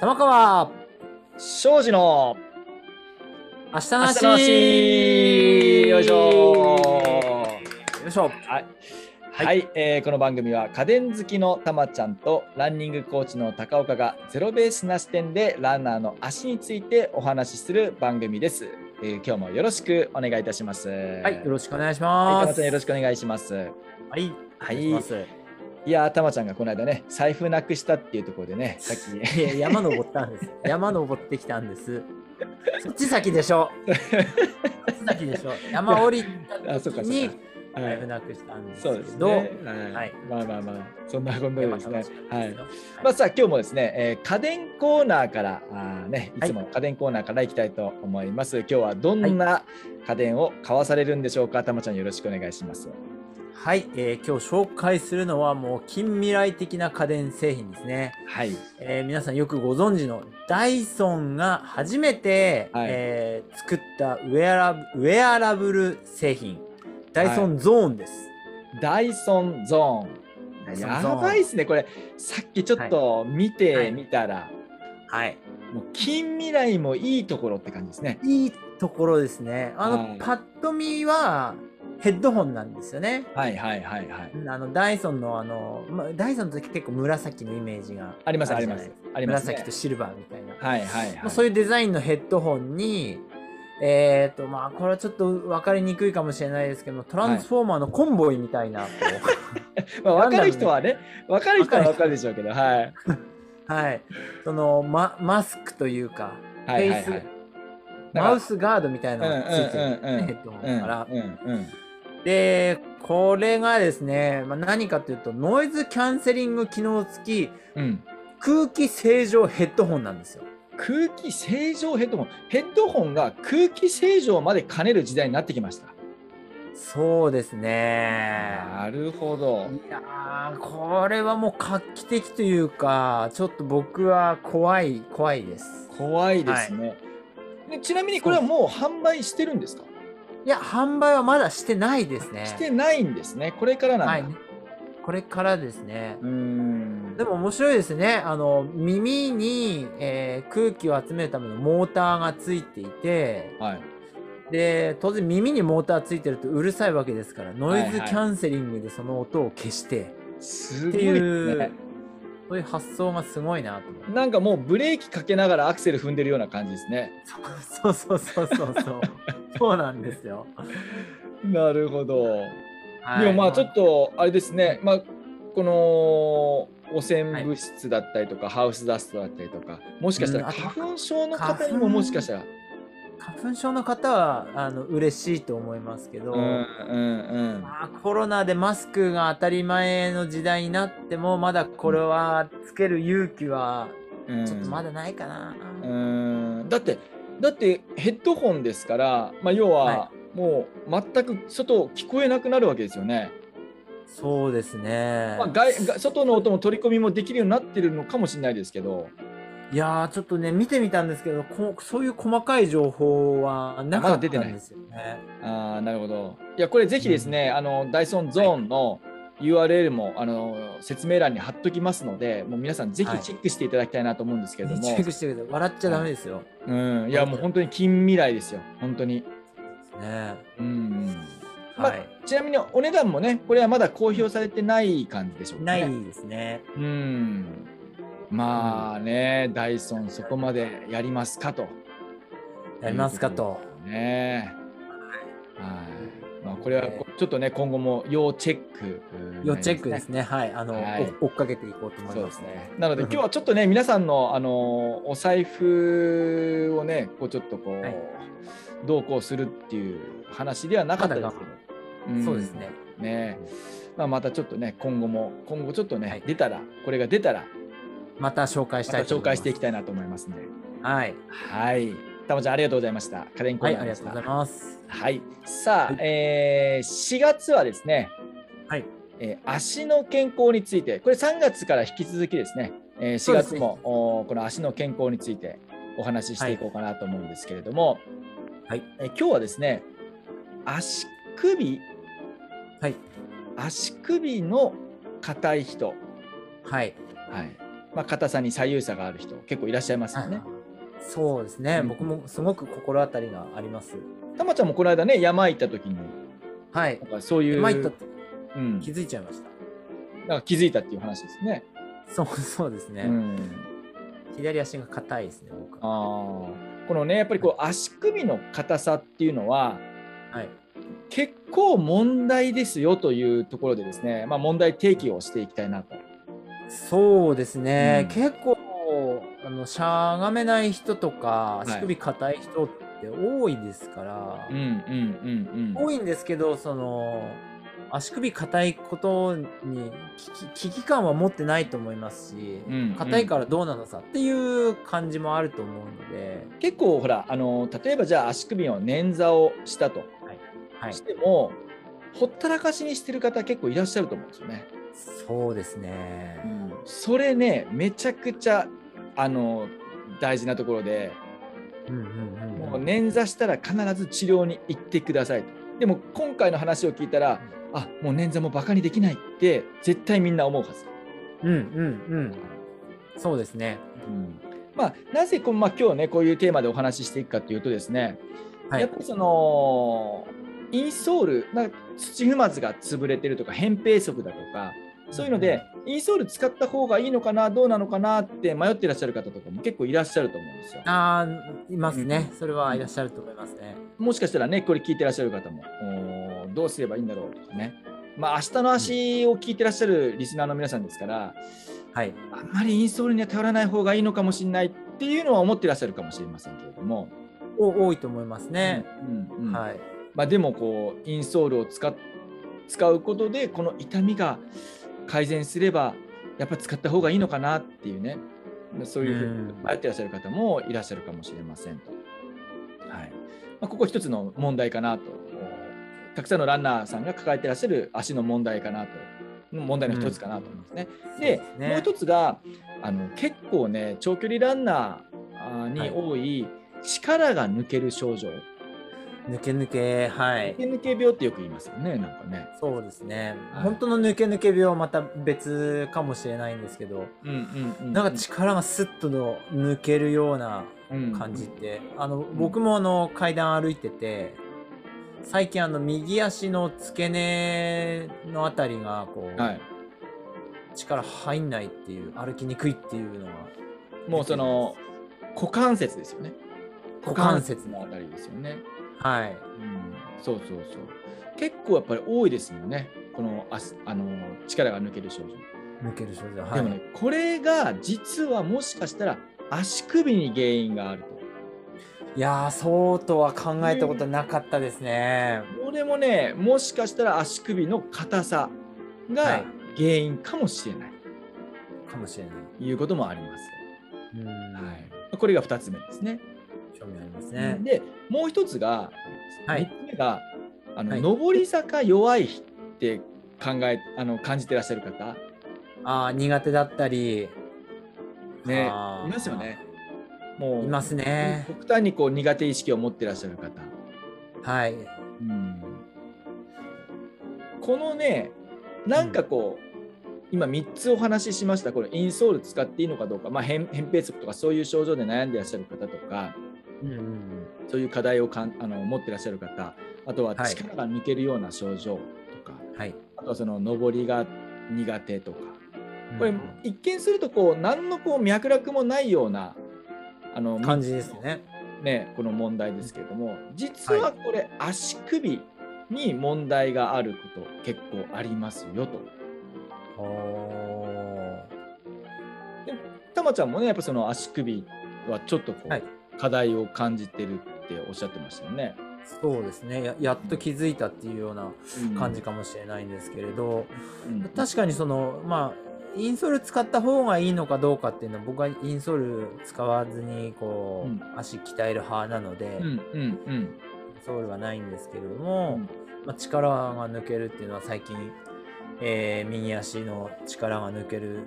玉川庄司の明日の明話日の話よいしょよいしょはい、ははいいえーこの番組は家電好きのたまちゃんとランニングコーチの高岡がゼロベースな視点でランナーの足についてお話しする番組です、えー今日もよろしくお願いいたしますははい、よろしくお願いしはいまたまちす。ゃんよろしくお願いしますはい、はお願いしまいす。いやーたまちゃんがこの間ね財布なくしたっていうところでねさっ きいや山登ったんです。山登ってきたんです。そっち先でしょ。そっち先でしょ。山降りたあそう時かそうにかはライフいなくしたんですけ そうど、ですねはい、はいまあまあまあそんなことででもですね楽しかったはですいよまあさあ今日もですね、えー家電コーナーからあーねいはいつもの家電コーナーからいきたいと思います。今日はどんな家電を買わされるんでしょうか。たまちゃんよろしくお願いします。はい、えー今日紹介するのはもう近未来的な家電製品ですね。はいえー皆さんよくご存知のダイソンが初めて、はいえー作ったウェアラブウェアラブル製品ダイソンゾーンです。ダイソンゾダイーン。ソンやゾーンばいですねこれさっきちょっと見てみたら、はい、もう近未来もいいところって感じですね。いいところですね。あの、はいパッと見はヘッドホンなんですよね。はいはいはいはい。うんあのダイソンのあの、ま、ダイソンって結構紫のイメージがありますあるりじゃまないすですか。あります、ね。紫とシルバーみたいな。はいはいはい。まあそういうデザインのヘッドホンに、えーとまあ、これはちょっと分かりにくいかもしれないですけどトランスフォーマーのコンボイみたいな、こ まあ分かる人はね分かる人は分かるでしょうけどはい。うはい、そのママスクというかはいはいフはェイい。マウスガードみたいなのがついてるね、うんうんうんうんヘッドホンうだんから、うんうん。でこれがですね、まあ、何かというとノイズキャンセリング機能付きうん、空気清浄ヘッドホンなんですよ空気清浄ヘッドホンヘッドホンが空気清浄まで兼ねる時代になってきましたそうですねなるほどいやーこれはもう画期的というかちょっと僕は怖い怖いです怖いですね、でちなみにこれはもう販売してるんですかいや販売はまだしてないですねしてないんですねこれからなんだ、はいこれからですねうーんでも面白いですねあの耳に、えー空気を集めるためのモーターがついていてはいで当然耳にモーターついてるとうるさいわけですからノイズはいキはいャンセリングでその音を消して、っすごていいですう、ねそういう発想がすごいなと思ってなんかもうブレーキかけながらアクセル踏んでるような感じですねそうそうそうそう そう。そうなんですよ。なるほどはいでもまあちょっとあれですね、まあ、この汚染物質だったりとか、ハウスダストだったりとかもしかしたうんらあと花粉症の花方粉にももしかしたら花粉症の方はあの嬉しいと思いますけど、うんうんうんまあ、コロナでマスクが当たり前の時代になってもまだこれはつける勇気はうんちょっとまだないかな。うんだってだってヘッドホンですから、まあ、要ははもう全く外聞こえなくなるわけですよね、そうですね。まあ、外外外の音も取り込みもできるようになってるのかもしれないですけどいやーちょっとね見てみたんですけどこそういう細かい情報はなかまだっ出てたないんですよね。あーなるほどいやこれぜひですね、あのダイソンゾーンの URL も、あの説明欄に貼っときますのでもう皆さんぜひチェックしていただきたいなと思うんですけれども、チェックしてください。笑っちゃダメですよ。うん、いやもう本当に近未来ですよ本当に、ね、うんうんまあはい。ちなみにお値段もねこれはまだ公表されてない感じでしょうか、なね、いですね。うんまあねダイソンそこまでやりますかとやりますかと。ねはい、まあ、これはこちょっとね今後も要チェックうん要チェックですね。はい。あの、はいお追っかけていこうと思いそうまですすねね。。なので今日はちょっとね皆さんのあのお財布をねこうちょっとこう、はいどうこうするっていう話ではなかったですけど、んそうですね。ねまあまたちょっとね今後も今後ちょっとね、はい出たらこれが出たらまた紹介ましたたいと紹思います。介していきたいなと思いますね。はい。はい、たまちゃんありがとうございました。家電コはーい。ナありーでがしとた。うございます。はい、さあ、はいえー4月はですね、はい。えー足の健康について、これ3月から引き続きですね、えー4そうです月ねも、おーこの足の健康についてお話ししていこうかなと思うんですけれども、はい。えー今日はですね、足首、はい。足首の硬い人、はい。はい、まあ、硬さに左右差がある人結構いらっしゃいますよね。そうですね、うん僕もすごく心当たりがあります。たまちゃんもこの間ね山行った時にはいなん。かそういう、今言ったってうん、気づいちゃいましなんか気づいたっていう話ですね。た。そう そうですね、うん、左足が硬いですね、僕は。あーこのねやっぱりこう足首の硬さっていうのははい。結構問題ですよというところでですね、まあ、問題提起をしていきたいなと。そうですね、うん結構あのしゃがめない人とかい足首硬い人って多いですから、うんうんうんうん多いんですけどその足首硬いことに危機危機感は持ってないと思いますしうんうん硬、いからどうなのさっていう感じもあると思うので、結構ほらあの例えばじゃあ足首の捻挫をしたとはい、しても、ほったらかしにしてる方結構いらっしゃると思うんですよね。そうですね、それねめちゃくちゃあの大事なところでうんうんうんもう捻挫したら必ず治療に行ってくださいとでも今回の話を聞いたらあもう捻挫もバカにできないって絶対みんな思うはず。うんうんうんそうですねまあ、なぜこの、まあ、今日ねこういうテーマでお話ししていくかというとですね、はいやっぱりそのインソールなんか土踏まずが潰れてるとか扁平足だとかそういうので、インソール使った方がいいのかなどうなのかなって迷ってらっしゃる方とかも結構いらっしゃると思うんですよ。あーいますね、うそれはいらっしゃると思いますね、もしかしたらねこれ聞いてらっしゃる方もおーどうすればいいんだろうとかね。まあ明日の足を聞いてらっしゃるリスナーの皆さんですから、はいあんまりインソールには頼らない方がいいのかもしれないっていうのは思ってらっしゃるかもしれませんけれども、お多いと思いますね。うんうんうんはい。まあ、でもこうインソールを使っ使うことでこの痛みが改善すればやっぱ使った方がいいのかなっていうねそういうふううにん迷ってらっしゃる方もいらっしゃるかもしれませんと、はいまあ、ここ一つの問題かなとたくさんのランナーさんが抱えてらっしゃる足の問題かなと問題の一つかなと思いますね。でそうすもうね、一つがあの結構ね長距離ランナーあーはにい多い、力が抜ける症状、抜け抜け、はい抜。け抜け病ってよく言いますよねなんかね。そうですねは。い本当の抜け抜け病はまた別かもしれないんですけど、うんうんうん、なんか力がスッとの抜けるような感じっ、て、あの僕もあの階段歩いてて、最近あの右足の付け根のあたりがこう、はい、力入んないっていう歩きにくいっていうのはもうその股関節ですよね股関節のあのたりですよね、はいうん、そうそうそう結構やっぱり多いですもんねこのああの力が抜ける症状、抜ける症状ではもいねこれが実はもしかしたら足首に原因があるといやーそうとは考えたことなかったですね、これもねもしかしたら足首の硬さはがい原因かもしれないかもしれない。ということもあります。うんはい、これが2つ目ですね。興味ありますね。でもう一つが、はい3つ目があの、はい上り坂弱いって考えあの感じてらっしゃる方ああ、苦手だったり。ねあーいますよね。もういますね。極端にこう苦手意識を持ってらっしゃる方。はい。うんこのねなんかこう、今3つお話ししましたこれインソール使っていいのかどうか、まあ、扁扁平足とかそういう症状で悩んでらっしゃる方とかうんうんうん。そういう課題をかんあの持ってらっしゃる方あとははい力が抜けるような症状とか、はい。あとはその上りが苦手とかこうれんうん一見するとこう何のこう脈絡もないようなあの感じですね。ね、この問題ですけれども実はこれ、足首に問題があること結構ありますよと。おーたまちゃんもねやっぱその足首はちょっとこう、はい課題を感じてるっておっしゃってましたよね。そうですねや。やっと気づいたっていうような感じか、かもしれないんですけれど、うん確かにその、まあ、インソール使った方がいいのかどうかっていうのは、僕はインソール使わずに、こう、うん足鍛える派なので、うんうんうイんンソールはないんですけれどうも、んまあ、力が抜けるっていうのは最近、えー右足の力が抜ける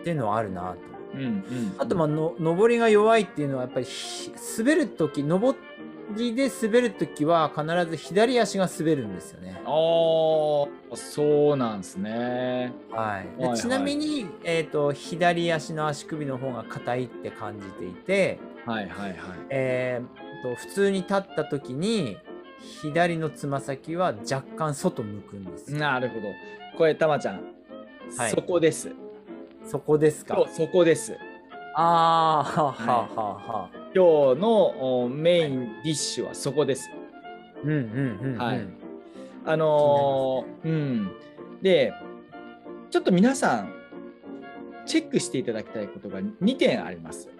っていうのはあるなと。うんうんあとまあの上りが弱いっていうのはやっぱりひ滑る時上右で滑るときは必ず左足が滑るんですよね。ああ、そうなんですね。はい、はいはいでちなみに、えー、と左足の足首の方が硬いって感じていて、はいはいはい。えー、と普通に立った時に左のつま先は若干外向くんですよなるほど。これ、たまちゃん、はいそこです。そこですか今日そこです。ああはあはあはあはあ今日のおメインディッシュはそこです。うんうんうんうんはいあのーうん。で、ちょっと皆さん、チェックしていただきたいことが2点あります。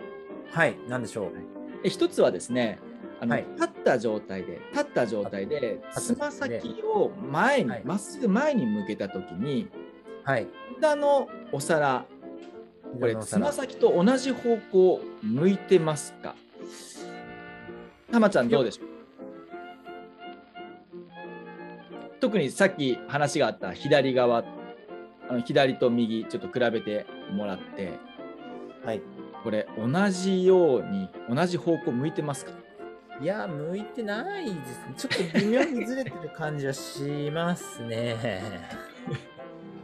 はいなんでしょうで一つはですね、あのはい立った状態で、立った状態で、立つったま先を前には、いまっすぐ前に向けたときに、はい膝のお皿、これ、つま先と同じ方向向いてますかたまちゃん、どうでしょう特にさっき話があった左側、あの左と右、ちょっと比べてもらって、はいこれ、同じように、同じ方向向いてますかいや向いてないですねちょっと微妙にずれてる感じはします ね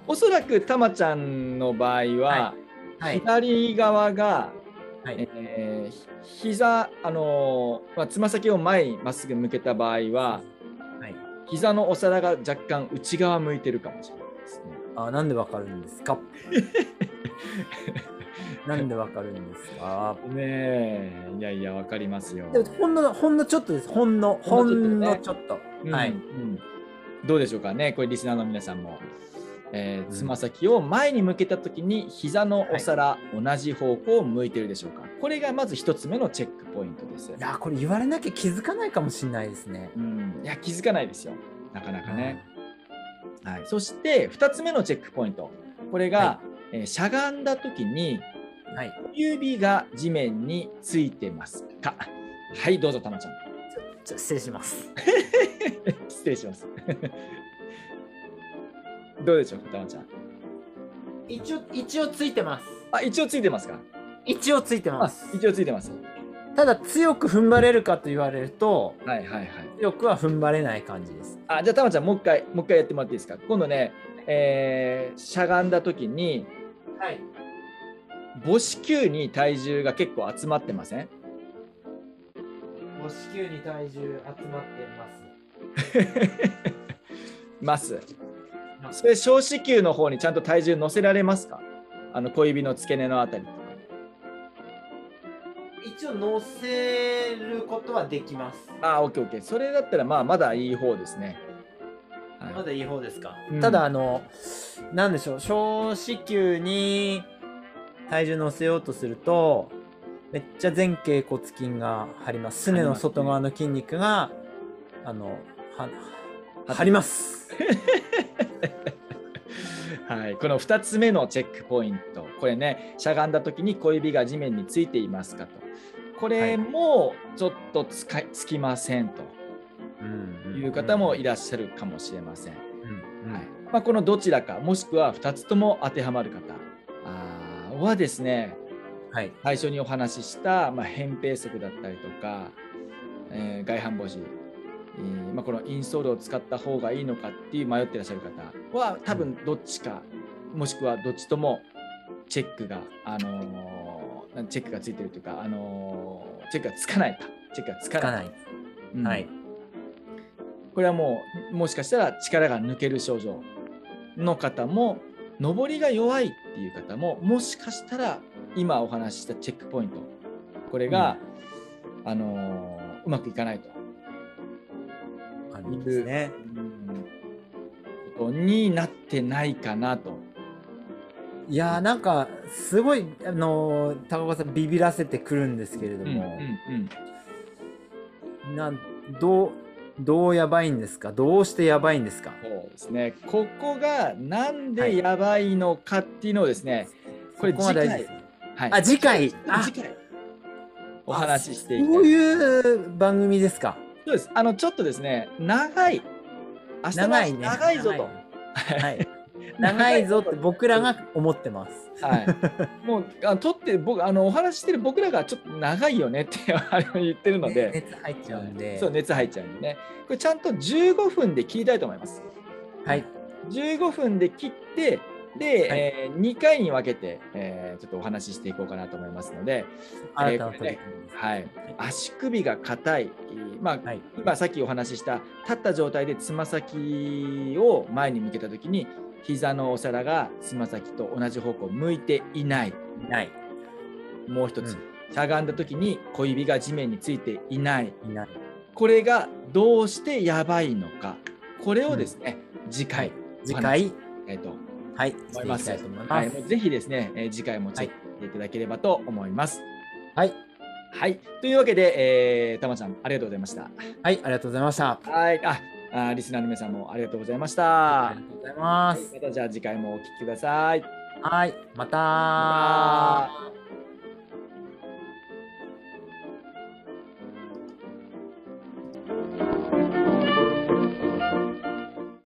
おそらくたまちゃんの場合は、はい左側が、はいえーひ膝あのーまあつま先を前にまっすぐ向けた場合ははい膝のお皿が若干内側向いてるかもしれないですね。あなんでわかるんですか なんでわかるんですかねえいやいやわかりますよ。でもほんのほんのちょっとですほんのほほんんののちちょっと、うんはい、うんどうでしょうかねこれリスナーの皆さんも。えーつま先を前に向けた時に膝のお皿、同じ方向を向いてるでしょうかこれがまず一つ目のチェックポイントです。いやこれ言われなきゃ気づかないかもしれないですねうん、いや気づかないですよなかなかね、はい、そして2つ目のチェックポイントこれが、はえーしゃがんだ時にうんはい小指が地面についてますかはいどうぞたまちゃん ちょ失礼します失礼します どうでしょうかたまちゃん一応一応ついてますあ一応ついてますか一応ついてまあす一応ついてますただ強く踏ん張れるかと言われるとはいはいはい強くは踏ん張れない感じですあじゃあたまちゃんもう一回もう一回やってもらっていいですか今度ね、えーしゃがんだ時にはい母子球に体重が結構集まってませんもう子宮に体重集まってます。ますそれ小子宮の方にちゃんと体重乗せられますかあの小指の付け根のあたりとか。一応乗せることはできますああ、オッケーオッケー。それだったらまあまだいい方ですね。はいだいい方ですか、うんただあのなんでしょう小子宮に体重乗せようとするとめっちゃ前頸骨筋が張りますすねの外側の筋肉があのは張りますはい、この2つ目のチェックポイント、これね、しゃがんだ時に小指が地面についていますかと。これもちょっとつかつきませんという方もいららっしゃるかもしれません。うんはいまあ、このどちらか、もしくは2つとも当てはまる方あーはですね、はい最初にお話しした、まあ、扁平足だったりとか、えー外反母趾、えーまあ、このインソールを使った方がいいのかっていう迷ってらっしゃる方は多分どっちか、もしくはどっちともチェックが、あのーチェックがついてるというか、あのーチェックがつかないかチェックがつかつかな、ないい、うんはいこれはもうもしかしたら力が抜ける症状の方も上りが弱いっていう方ももしかしたら今お話ししたチェックポイントこれが、あのーうまくいかないとありますねことになってないかなと。いやーなんかすごいあのー高岡さんビビらせてくるんですけれども、うんなんどうどうやばいんですかどうしてやばいんですかそうですねここがなんでやばいのかっていうのをですね、これそこが大事ですねはいあ次回あ次回お話ししていきたいそういう番組ですかそうです。あのちょっとですね、長い、明日の長いね 長いぞと、はい、長いぞって僕らが思ってます。はい、もうあ撮って僕あのお話ししてる僕らがちょっと長いよねってあの言ってるので、熱入っちゃうんで。そう熱入っちゃうんでねこれちゃんと15分で切りたいと思いますはい。 15分で切ってで、はいえ2回に分けて、えーちょっとお話ししていこうかなと思いますので、新たな取り組みです。はい、足首が硬い、まあはい。今さっきお話しした立った状態でつま先を前に向けた時に膝のお皿がつま先と同じ方向を向いていないない。もう一つ、しゃがんだ時に小指が地面についていないいない。これがどうしてやばいのかこれをですね、次回、次回、えーとはい。し思ていいまきすたいと思いまはい、すも。うぜひですね、えー次回もチェックしていただければと思います。はい。はい、というわけで、えー、たまちゃんありがとうございました。はい。ありがとうございました。はい、ああリスナーの皆さんもありがとうございましあたり。がとうございまはいす。またじゃあ次回もお聞きください。はい。またまた